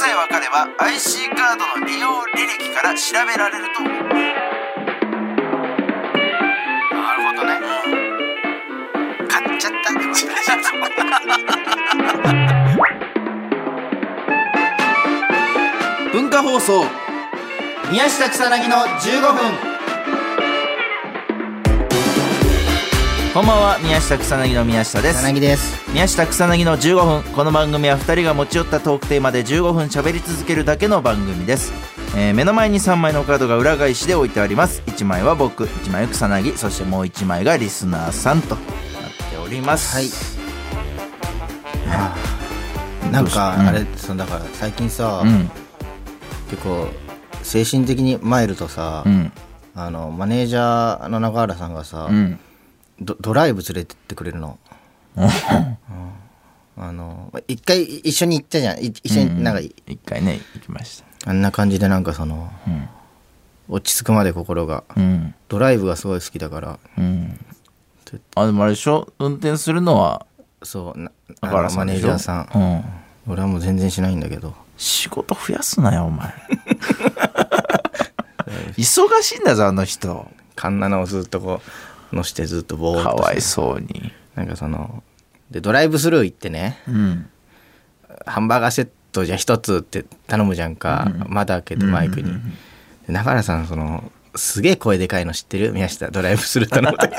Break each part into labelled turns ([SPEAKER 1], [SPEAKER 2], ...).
[SPEAKER 1] は IC カードの利用履歴から調べられると思います
[SPEAKER 2] なるほどね買っちゃったんで私
[SPEAKER 1] 文化放送
[SPEAKER 2] 宮下草薙の15分
[SPEAKER 1] こんばんは宮下草薙の宮下です
[SPEAKER 2] 草薙です
[SPEAKER 1] 宮下草薙の15分この番組は2人が持ち寄ったトークテーマで15分喋り続けるだけの番組です、えー目の前に3枚のカードが裏返しで置いてあります1枚は僕1枚は草薙そしてもう1枚がリスナーさんとなっております
[SPEAKER 2] はいなんかあれ、そのだから最近さ、
[SPEAKER 1] うん
[SPEAKER 2] 結構精神的に参るとさ、
[SPEAKER 1] うん
[SPEAKER 2] あのマネージャーの中原さんがさ、
[SPEAKER 1] うん
[SPEAKER 2] ドドライブ連れてってくれるの。うんあの一回一緒に行ったじゃんい一緒になんか、
[SPEAKER 1] 一回ね行きまし
[SPEAKER 2] あんな感じでなんかその
[SPEAKER 1] たうん
[SPEAKER 2] 落ち着くまで心が
[SPEAKER 1] うん
[SPEAKER 2] ドライブがすごい好きだから
[SPEAKER 1] うんあでもあれでしょ運転するのは
[SPEAKER 2] そうなあ
[SPEAKER 1] 中原
[SPEAKER 2] の
[SPEAKER 1] さ
[SPEAKER 2] マ
[SPEAKER 1] ん
[SPEAKER 2] ネ
[SPEAKER 1] でし
[SPEAKER 2] ージ
[SPEAKER 1] ょ
[SPEAKER 2] ャーさん
[SPEAKER 1] うん
[SPEAKER 2] 俺はもう全然しないんだけど
[SPEAKER 1] 仕事増やすなよお 前忙しいんだぞあの人
[SPEAKER 2] カンナナをずっとこうのしてずっとボーっ
[SPEAKER 1] か
[SPEAKER 2] と
[SPEAKER 1] わいそうに
[SPEAKER 2] なんかそのでドライブスルー行ってね
[SPEAKER 1] うん
[SPEAKER 2] ハンバーガーセットじゃ一つって頼むじゃんか、まだ開けてマイクに、で中原さんそのすげえ声でかいの知ってる宮下ドライブスルー頼 む時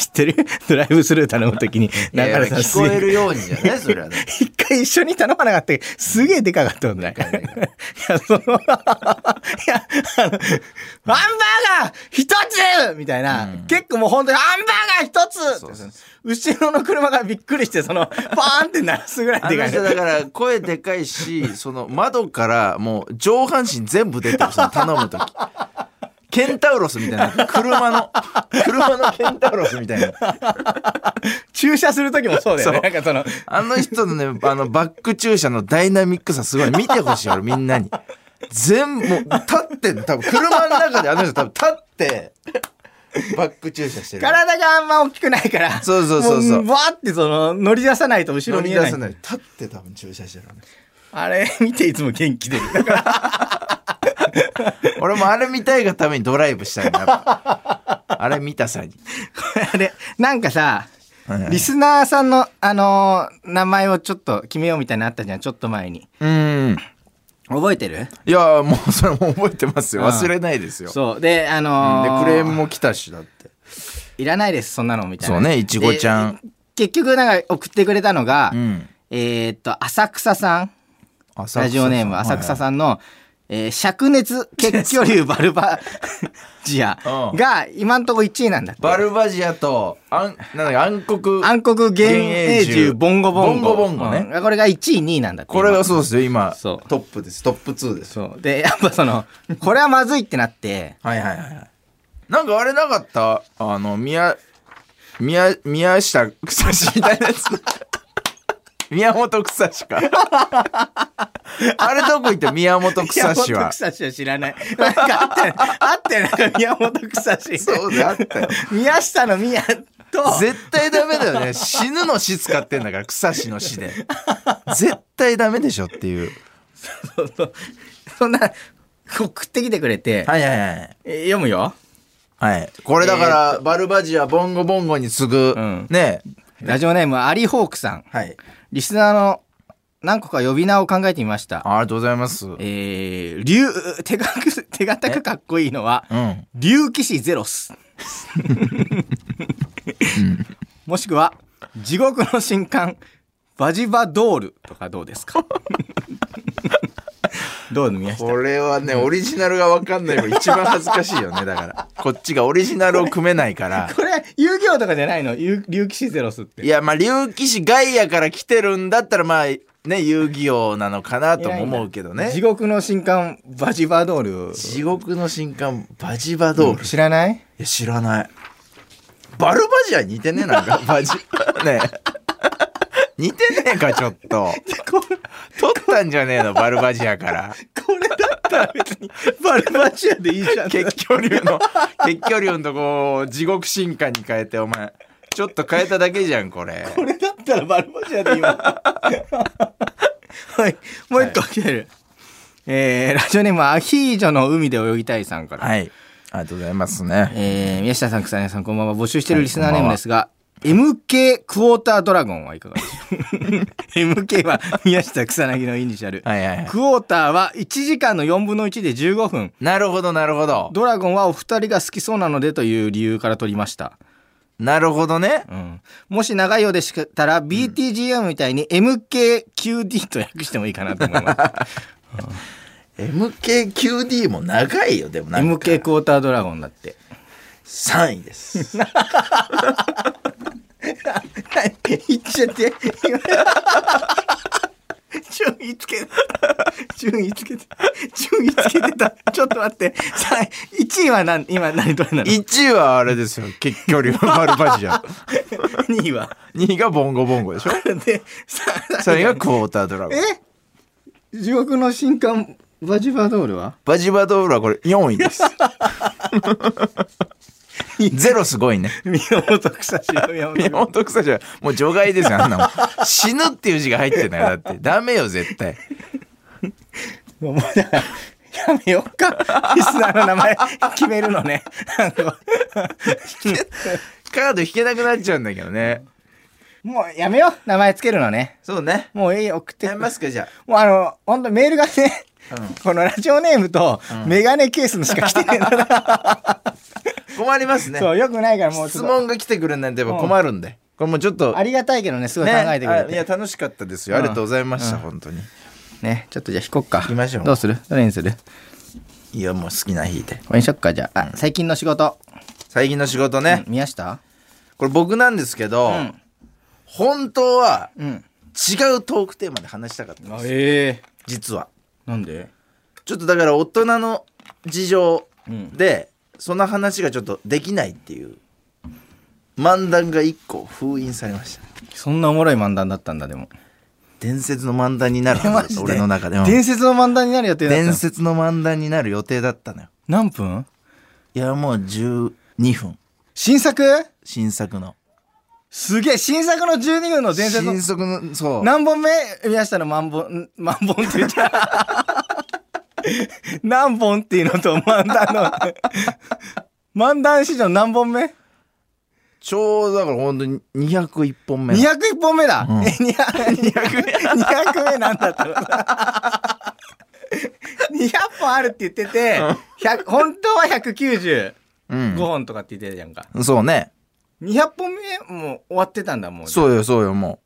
[SPEAKER 2] 知ってるドライブスルー頼む時に中原さんす
[SPEAKER 1] 聞こ
[SPEAKER 2] げ
[SPEAKER 1] え
[SPEAKER 2] え
[SPEAKER 1] るようにじゃねそれはね
[SPEAKER 2] 一回一緒に頼まなかったけどすげえでかかったもんね。いや、その、 いや、あの、ハンバーガー一つみたいな、結構もう本当にハンバーガー一つ
[SPEAKER 1] そうそう
[SPEAKER 2] 後ろの車がびっくりして、その、パーンって鳴らすぐらい
[SPEAKER 1] あ
[SPEAKER 2] でか
[SPEAKER 1] の
[SPEAKER 2] い
[SPEAKER 1] 人
[SPEAKER 2] の。
[SPEAKER 1] だから声でかいしその窓からもう上半身全部出てるその頼 む時ケンタウロスみたいな車の車のケンタウロスみたいな
[SPEAKER 2] 駐車する時もそうだよね。
[SPEAKER 1] そ
[SPEAKER 2] なんかその、
[SPEAKER 1] あの人のね、あの、バック駐車のダイナミックさすごい。見てほしい、俺、みんなに。全部、もう、立ってんの多分、車の中であの人多分、立って、バック駐車してる。
[SPEAKER 2] 体があんま大きくないから、
[SPEAKER 1] そうそうそうそう
[SPEAKER 2] もバーってその、乗り出さないと後ろ
[SPEAKER 1] 乗り
[SPEAKER 2] 見えな
[SPEAKER 1] 出
[SPEAKER 2] い
[SPEAKER 1] さ。ない。立って多分駐車してる、
[SPEAKER 2] あれ見ていつも元気出る。
[SPEAKER 1] 俺もあれ見たいがためにドライブしたいな。 やっぱあれ見たさに。
[SPEAKER 2] あれ、なんかさ、
[SPEAKER 1] はい
[SPEAKER 2] リスナーさんの、あのー名前をちょっと決めようみたいなのあったじゃん、ちょっと前に。
[SPEAKER 1] うん。
[SPEAKER 2] 覚えてる
[SPEAKER 1] いや、もう、それもう覚えてますよ。忘れないですよ。で、
[SPEAKER 2] そう。で、あの
[SPEAKER 1] クレーム
[SPEAKER 2] も。
[SPEAKER 1] も来たし、だって。
[SPEAKER 2] いらないです、そんなの、みたいな。
[SPEAKER 1] そうねいちごちゃん
[SPEAKER 2] で。結局、なんか送ってくれたのが、
[SPEAKER 1] うん。
[SPEAKER 2] えーっと、浅草さん、
[SPEAKER 1] 浅草
[SPEAKER 2] ラジオネーム浅草さんの、えー灼熱血巨流バ ルバジア
[SPEAKER 1] うん
[SPEAKER 2] が今んとこ1位なんだって。
[SPEAKER 1] バルバジアと、あん、なんだっけ暗黒。
[SPEAKER 2] 暗黒幻影
[SPEAKER 1] 幻影
[SPEAKER 2] 獣
[SPEAKER 1] 獣
[SPEAKER 2] ボンゴボンゴ。
[SPEAKER 1] ボンゴボンゴね
[SPEAKER 2] うんこれが1位、2位なんだって。
[SPEAKER 1] これがそうですよ、今。
[SPEAKER 2] そ
[SPEAKER 1] ト
[SPEAKER 2] う
[SPEAKER 1] ップです。トップ2です。
[SPEAKER 2] そう。で、やっぱその、これはまずいってなって、
[SPEAKER 1] はいはいはいはい。なんかあれなかったあの、宮、宮、宮下草しみたいなやつ。 宮本草し か。あれどこ行った宮本草しは。
[SPEAKER 2] 宮本草氏は知らない。なんかあったよね。あったよね、なんか宮本草氏。
[SPEAKER 1] そうだあった よ。
[SPEAKER 2] 宮下の宮と、
[SPEAKER 1] 絶対ダメだよね。死ぬの死使ってんだから、草しの死で。絶対ダメでしょっていう。
[SPEAKER 2] そうそうそんな、送ってきてくれて、
[SPEAKER 1] はいはいはい。
[SPEAKER 2] え読むよ。
[SPEAKER 1] はい。これだから、バルバジア、ボンゴボンゴに次ぐ、
[SPEAKER 2] うん
[SPEAKER 1] ね。
[SPEAKER 2] ラジオネーム、アリホークさん。
[SPEAKER 1] はい。
[SPEAKER 2] リスナーの何個か呼び名を考えてみました。
[SPEAKER 1] ありがとうございます。うん。
[SPEAKER 2] えー、竜、手がく、手堅くかっこいいのは、竜騎士ゼロス。もしくは、地獄の神官、バジバドールとかどうですかどう宮下
[SPEAKER 1] これはね、オリジナルが分かんない のが一番恥ずかしいよね、だから。こっちがオリジナルを組め ないから。
[SPEAKER 2] これ、遊戯王とかじゃないの竜竜騎士ゼロスって。
[SPEAKER 1] いや、まあ、竜騎士ガイアから来てるんだったら、まあ、ね、遊戯王なのかなとも思うけど
[SPEAKER 2] 地
[SPEAKER 1] ね。
[SPEAKER 2] 獄の神官、バジバドール。
[SPEAKER 1] 地獄の新刊、バジバドール。い
[SPEAKER 2] 知らない
[SPEAKER 1] や、知らない。バルバジアに似てねえなんか、 バジ、ねえ。似てねえか、ちょっ と。
[SPEAKER 2] これ、
[SPEAKER 1] 取ったんじゃねえの、バルバジアから。
[SPEAKER 2] これだったら別に、バルバチアでいいじ ゃん。
[SPEAKER 1] 結巨竜の、結巨竜のとこを地獄進化に変えて、お前。ちょっと変えただけじゃん、これ。
[SPEAKER 2] これだったらバルバチアでいいわ。はい。もう一個来てる。えーラジオネームアヒージョの海で泳ぎたいさんから。
[SPEAKER 1] はい。ありがとうございますね。
[SPEAKER 2] えー宮下さん、草薙さん、こんばんは。募集してるリスナーネームですが、MK クォータードラゴンはいかがで しょう ?MK は宮下草薙のイニシャル。
[SPEAKER 1] はいはいはい。
[SPEAKER 2] クォーターは1時間の4分の1で15分。
[SPEAKER 1] なるほど、なるほど。
[SPEAKER 2] ドラゴンはお二人が好きそうなのでという理由から取りました。
[SPEAKER 1] なるほどね。
[SPEAKER 2] うん、もし長いようでしたら BTGM みたいに MKQD と訳してもいいかなと思います。
[SPEAKER 1] MKQD も長いよ、でもなんか
[SPEAKER 2] MK クォータードラゴンだって。
[SPEAKER 1] 3位です。
[SPEAKER 2] 言っちゃって。順位つけて。順位つけて。順位つけてた。ちょっと待って。さあ、1位は何、今何どれなの
[SPEAKER 1] 1位はあれですよ。結距離はバルバジア。
[SPEAKER 2] ?2 位は。
[SPEAKER 1] 2位がボンゴボンゴでしょ。
[SPEAKER 2] で、さあ、
[SPEAKER 1] 3位がクォータードラゴン。
[SPEAKER 2] え地獄の新刊、バジバドールは
[SPEAKER 1] バジバドールはこれ4位 です。ゼロすごいね。
[SPEAKER 2] 宮本草し宮
[SPEAKER 1] 宮
[SPEAKER 2] 本。
[SPEAKER 1] 本草じはもう除外ですよ、あんなもん。死ぬっていう字が入ってない。だって、ダメよ、絶対。
[SPEAKER 2] もうだからやめよう か。リスナーの名前 決めるのね。 なんか
[SPEAKER 1] カード引けなくなっちゃうんだけどね。
[SPEAKER 2] もうやめよう。名前つけるのね。
[SPEAKER 1] そうね。
[SPEAKER 2] もういいよ、送って。
[SPEAKER 1] やめますか、じゃ
[SPEAKER 2] もうあの、本当メールがね、このラジオネームとメガネケースのしか来てないのだ、
[SPEAKER 1] あ。困り ますね。
[SPEAKER 2] そう、よくないからもうす
[SPEAKER 1] 質
[SPEAKER 2] ごい、
[SPEAKER 1] 問が来てくるなんてやっぱ困るんで。これもうちょっと、
[SPEAKER 2] ありがたいけどね、すごい
[SPEAKER 1] ね
[SPEAKER 2] 考えてくれ
[SPEAKER 1] あ
[SPEAKER 2] て。
[SPEAKER 1] い
[SPEAKER 2] ね
[SPEAKER 1] や、楽しかったですよ。ありがとうございました、本当に。
[SPEAKER 2] ちょっとじゃあ引こっか。
[SPEAKER 1] きましょう
[SPEAKER 2] どうするどれにする
[SPEAKER 1] いや、もう好きな日で。
[SPEAKER 2] これにしよっか、じゃあ。あ最近の仕事。
[SPEAKER 1] 最近の仕事ね。
[SPEAKER 2] 宮下
[SPEAKER 1] これ僕なんですけど、
[SPEAKER 2] ん
[SPEAKER 1] 本当は
[SPEAKER 2] うん。
[SPEAKER 1] 違うトークテーマで話したかったんです
[SPEAKER 2] ええ
[SPEAKER 1] 実は。
[SPEAKER 2] なんで
[SPEAKER 1] ちょっとだから大人の事情
[SPEAKER 2] うん
[SPEAKER 1] で、その話がちょっとできないっていう漫談が一個封印されました
[SPEAKER 2] そんなおもろい漫談だったんだ、でも。
[SPEAKER 1] 伝説の漫談になる はずだった俺の中でうん
[SPEAKER 2] 伝説の漫談になる予定だった
[SPEAKER 1] 伝
[SPEAKER 2] の
[SPEAKER 1] 説の漫談になる予定だったのよ
[SPEAKER 2] 何分
[SPEAKER 1] いやもう12分
[SPEAKER 2] 新作
[SPEAKER 1] 新作の
[SPEAKER 2] すげえ新作の12分の伝説の
[SPEAKER 1] 新作のそう
[SPEAKER 2] 何本目宮下の万本、ん万本って言っ ちゃう。何本っていうのと漫談の。 漫談史上何本目
[SPEAKER 1] ちょうどだから本当に201本目の
[SPEAKER 2] ?201 本目だ、
[SPEAKER 1] うん
[SPEAKER 2] え、200、200目なんだ ったろ200本あるって言ってて、100本当は195
[SPEAKER 1] うん
[SPEAKER 2] 本とかって言ってたじゃんか。
[SPEAKER 1] そうね
[SPEAKER 2] 200本目もう終わってたんだもん。
[SPEAKER 1] そうよそうよも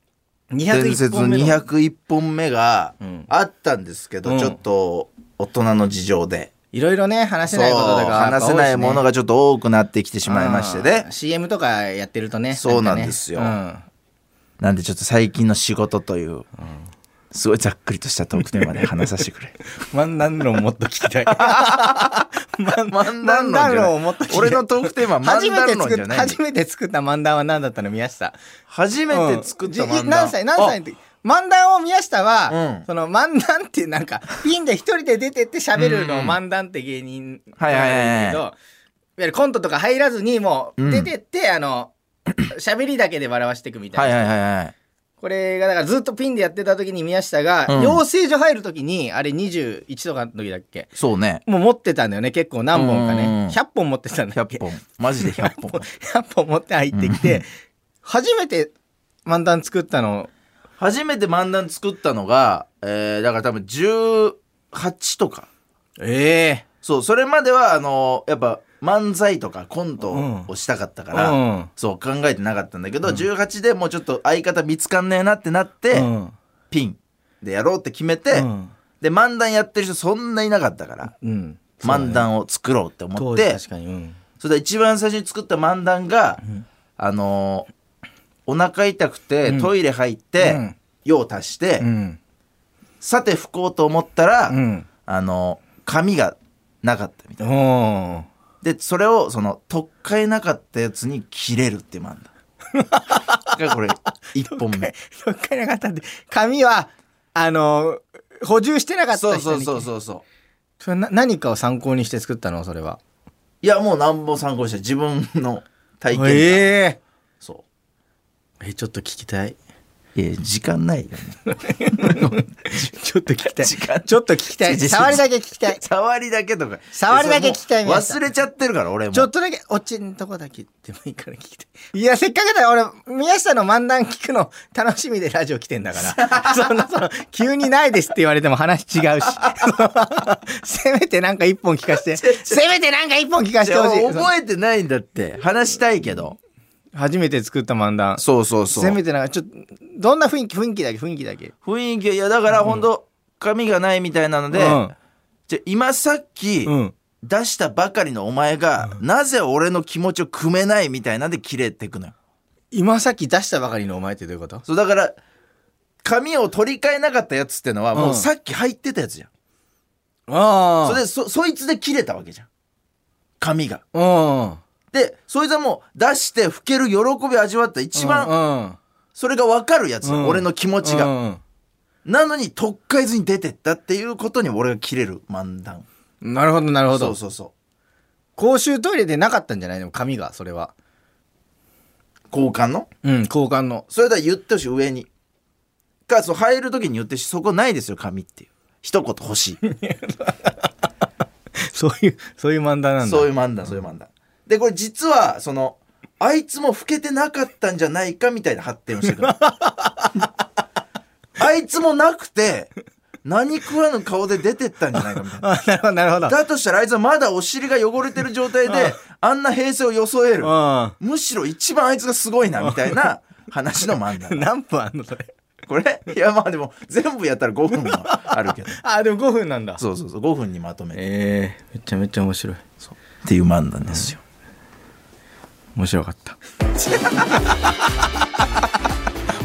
[SPEAKER 1] う
[SPEAKER 2] う。
[SPEAKER 1] 伝説の
[SPEAKER 2] 201本目の。
[SPEAKER 1] 201本目が
[SPEAKER 2] うん
[SPEAKER 1] あったんですけど、
[SPEAKER 2] うん
[SPEAKER 1] ちょっと大人の事情で、
[SPEAKER 2] いろいろね、話せないことと
[SPEAKER 1] そ
[SPEAKER 2] か、
[SPEAKER 1] う話せないものがちょっと多くなってきてしまいまして
[SPEAKER 2] う
[SPEAKER 1] ね
[SPEAKER 2] ん CM とかやってるとね
[SPEAKER 1] そうなんですよ
[SPEAKER 2] かね
[SPEAKER 1] なんでちょっと最近の仕事という、すごいざっくりとしたトークテーマで話させて くれ
[SPEAKER 2] うん漫談論もっと聞き たい
[SPEAKER 1] 漫
[SPEAKER 2] 談論じゃない
[SPEAKER 1] をもっと聞いて俺のトークテーマは
[SPEAKER 2] 初
[SPEAKER 1] 漫
[SPEAKER 2] めて
[SPEAKER 1] 談論
[SPEAKER 2] 作
[SPEAKER 1] じ
[SPEAKER 2] っ
[SPEAKER 1] ゃ
[SPEAKER 2] た
[SPEAKER 1] ない
[SPEAKER 2] 初めて作った漫談は何だったの宮下
[SPEAKER 1] 初めて作った漫談、
[SPEAKER 2] うんじ何歳何歳の時漫談を宮下
[SPEAKER 1] う
[SPEAKER 2] は、
[SPEAKER 1] ん
[SPEAKER 2] その漫談ってなんかピンで一人で出てって喋るのを漫談って芸人
[SPEAKER 1] はいはいはいはい
[SPEAKER 2] けどいわゆるコントとか入らずにもう出てって、あの喋りだけで笑わしていくみたいな、
[SPEAKER 1] あはいはいはいはい
[SPEAKER 2] これがだからずっとピンでやってた時に宮下が、
[SPEAKER 1] うん
[SPEAKER 2] 養成所入る時にあれ21とかの時だっけ
[SPEAKER 1] そうね
[SPEAKER 2] もう持ってたんだよね結構何本か
[SPEAKER 1] うんうんうん
[SPEAKER 2] ね100本持ってたんだっけ
[SPEAKER 1] 100本マジで100本
[SPEAKER 2] 100本持って入ってきて初めて漫談作ったの
[SPEAKER 1] 初めて漫談作ったのが、えー、だから多分18とか
[SPEAKER 2] え
[SPEAKER 1] そう、それまでは、あの、やっぱ漫才とかコントをしたかった
[SPEAKER 2] え
[SPEAKER 1] から、そう考えてなかったんだけど、18でもうちょっと相方見つかんねえなってなって、
[SPEAKER 2] うん
[SPEAKER 1] ピンでやろうって決めて、
[SPEAKER 2] うん
[SPEAKER 1] で、漫談やってる人そんないなかったから、
[SPEAKER 2] うん
[SPEAKER 1] 漫談を作ろうって思
[SPEAKER 2] 当
[SPEAKER 1] っ
[SPEAKER 2] 時
[SPEAKER 1] て、
[SPEAKER 2] 確かにうん
[SPEAKER 1] それで一番最初に作った漫談が、あの、お腹痛くて、トイレ入って、
[SPEAKER 2] うん
[SPEAKER 1] 用足して、
[SPEAKER 2] うん
[SPEAKER 1] さて拭こうと思ったら、
[SPEAKER 2] うん
[SPEAKER 1] あの、髪がなかったみたいな。
[SPEAKER 2] おー
[SPEAKER 1] でそれをその取っ替えなかったやつに切れるっていう漫 画がこれ一本目
[SPEAKER 2] そっかなかったって髪はあの補充してなかった人
[SPEAKER 1] そう
[SPEAKER 2] に
[SPEAKER 1] そうそうそうそう
[SPEAKER 2] それな何かを参考にして作ったのそれはい
[SPEAKER 1] やもう何本参考にして自分の体験談、
[SPEAKER 2] ええ
[SPEAKER 1] そ
[SPEAKER 2] えちょっと聞きたいう
[SPEAKER 1] いや時間ないよね
[SPEAKER 2] ちょっと聞きたい。
[SPEAKER 1] 時間
[SPEAKER 2] ちょっと聞きたい。
[SPEAKER 1] ちょちょ
[SPEAKER 2] 触りだけ聞きたい。
[SPEAKER 1] 触りだけとか
[SPEAKER 2] 触りだけ聞きたい
[SPEAKER 1] もう
[SPEAKER 2] 皆さん
[SPEAKER 1] 忘れちゃってるから俺も
[SPEAKER 2] ちょっとだけ、おっちんとこだけ言ってもいいから聞きたい。いや、せっかくだよ。俺、宮下の漫談聞くの楽しみでラジオ来てんだ から。そんな、その、急にないですって言われても話違うし。 せめてなんか一本聞かして。 せめてなんか一本聞かしてほし
[SPEAKER 1] いや
[SPEAKER 2] い。その
[SPEAKER 1] 覚えてないんだって話したいけど
[SPEAKER 2] 初めて作った漫談。
[SPEAKER 1] そうそうそう
[SPEAKER 2] せめてなんか、ちょっと、どんな雰囲気、雰囲気だけ、雰囲気だけ。
[SPEAKER 1] 雰囲気いやだから本当髪がないみたいなので、
[SPEAKER 2] うん
[SPEAKER 1] じゃ今さっき、
[SPEAKER 2] うん。
[SPEAKER 1] 出したばかりのお前が、なぜ俺の気持ちを汲めないみたいなんで切れてくのよ
[SPEAKER 2] 今さっき出したばかりのお前ってどういうこと
[SPEAKER 1] そうだから髪を取り替えなかったやつってのは、もううんさっき入ってたやつじゃん
[SPEAKER 2] あ
[SPEAKER 1] それでそそいつで切れたわけじゃん髪が
[SPEAKER 2] うん。
[SPEAKER 1] でそいつはもう出して老ける喜びを味わった一番
[SPEAKER 2] 番、
[SPEAKER 1] それが分かるやつ、
[SPEAKER 2] うん
[SPEAKER 1] 俺の気持ちが、
[SPEAKER 2] が。
[SPEAKER 1] なのに取っ替えずに出てったっていうことに俺が切れる漫談
[SPEAKER 2] なるほど、なるほ
[SPEAKER 1] そ
[SPEAKER 2] ど
[SPEAKER 1] う。そうそ
[SPEAKER 2] 公衆トイレでなかったんじゃないでも紙がそれは
[SPEAKER 1] う交換の
[SPEAKER 2] うん交換の
[SPEAKER 1] それだ言ってほしい上にかそう入る時に言ってほしいそこないですよ紙っていう一言欲しい
[SPEAKER 2] そういうそういう漫談なんだ
[SPEAKER 1] そういう漫談そういう漫談でこれ実はそのあいつも老けてなかったんじゃないかみたいな発展をして くるあいつもなくて何食わぬ顔で出てったんじゃないかみたいな
[SPEAKER 2] あなるほどなるほど
[SPEAKER 1] だとしたらあいつはまだお尻が汚れてる状態であんな平成を装える
[SPEAKER 2] う
[SPEAKER 1] むしろ一番あいつがすごいなみたい な話の漫
[SPEAKER 2] ん
[SPEAKER 1] 談
[SPEAKER 2] 何分あんのそれ
[SPEAKER 1] これいやまあでも全部やったら5分はあるけど
[SPEAKER 2] あでも5分なんだ
[SPEAKER 1] そうそうそう5分にまとめて
[SPEAKER 2] ええめちゃめちゃ面白い
[SPEAKER 1] っていう漫談ですよ
[SPEAKER 2] 面白かった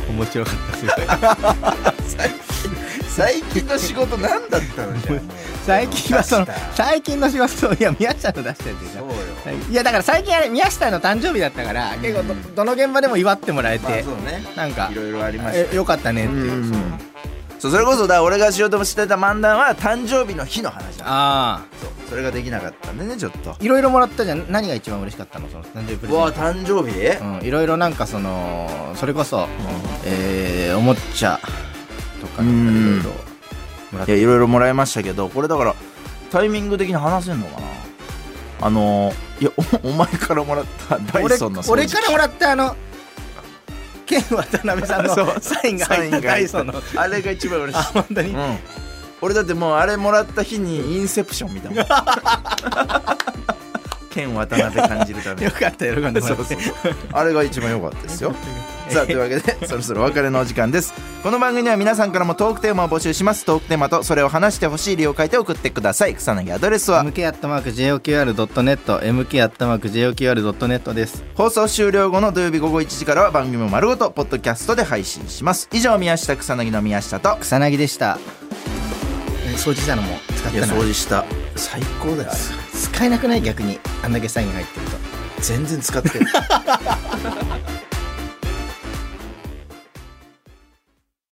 [SPEAKER 2] 面白かったすごい
[SPEAKER 1] 最近の仕事何だったのじ ゃあもう
[SPEAKER 2] 最近はその
[SPEAKER 1] 出した
[SPEAKER 2] 最近の仕事いや宮下の出したやつでし
[SPEAKER 1] そう
[SPEAKER 2] ょ
[SPEAKER 1] よ
[SPEAKER 2] 最近いやだから最近あれ宮下の誕生日だったから結構どどの現場でも祝ってもらえ
[SPEAKER 1] まあ
[SPEAKER 2] て
[SPEAKER 1] そうね
[SPEAKER 2] なんか
[SPEAKER 1] いろいろありまし
[SPEAKER 2] え
[SPEAKER 1] た
[SPEAKER 2] よかったねって
[SPEAKER 1] う
[SPEAKER 2] いうん
[SPEAKER 1] そうそれこそだから俺が仕事もしてた漫談は誕生日の日の話だ
[SPEAKER 2] ああ
[SPEAKER 1] そうそれができなかったんでねちょっと
[SPEAKER 2] いろいろもらったじゃん何が一番嬉しかったのその誕生日プレ
[SPEAKER 1] う
[SPEAKER 2] ゼン
[SPEAKER 1] わ
[SPEAKER 2] ト
[SPEAKER 1] 誕生日
[SPEAKER 2] うんいろいろなんかそのそれこそ、えーおもちゃとかなんか
[SPEAKER 1] い
[SPEAKER 2] いろいろもらった
[SPEAKER 1] やいろいろもらいましたけどこれだからタイミング的に話せんのかなあのいやおお前からもらったダイ
[SPEAKER 2] 俺
[SPEAKER 1] ソンの掃除
[SPEAKER 2] 俺からもらったあのケン渡辺さん
[SPEAKER 1] そう
[SPEAKER 2] のサインが入ったダイソンの
[SPEAKER 1] あれが一番嬉しい
[SPEAKER 2] あ本当に、
[SPEAKER 1] うん俺だってもうあれもらった日にインセプション見た もん剣渡辺感じるために
[SPEAKER 2] よかった喜んでもら
[SPEAKER 1] そ
[SPEAKER 2] っ
[SPEAKER 1] う
[SPEAKER 2] て
[SPEAKER 1] そうそうあれが一番良かったです よさあというわけで そろそろお別れのお時間ですこの番組では皆さんからもトークテーマを募集しますトークテーマとそれを話してほしい理由を書いて送ってください草薙アドレスは
[SPEAKER 2] MK アットマーク JOQR.net MK アットマーク JOQR.net です
[SPEAKER 1] 放送終了後の土曜日午後1時からは番組を丸ごとポッドキャストで配信します以上宮下草薙の宮下と
[SPEAKER 2] 草薙でしたえ掃除したのも使ったの
[SPEAKER 1] 除した最高だよ
[SPEAKER 2] 使えなくない逆にあんだけサイン入ってると
[SPEAKER 1] 全然使ってる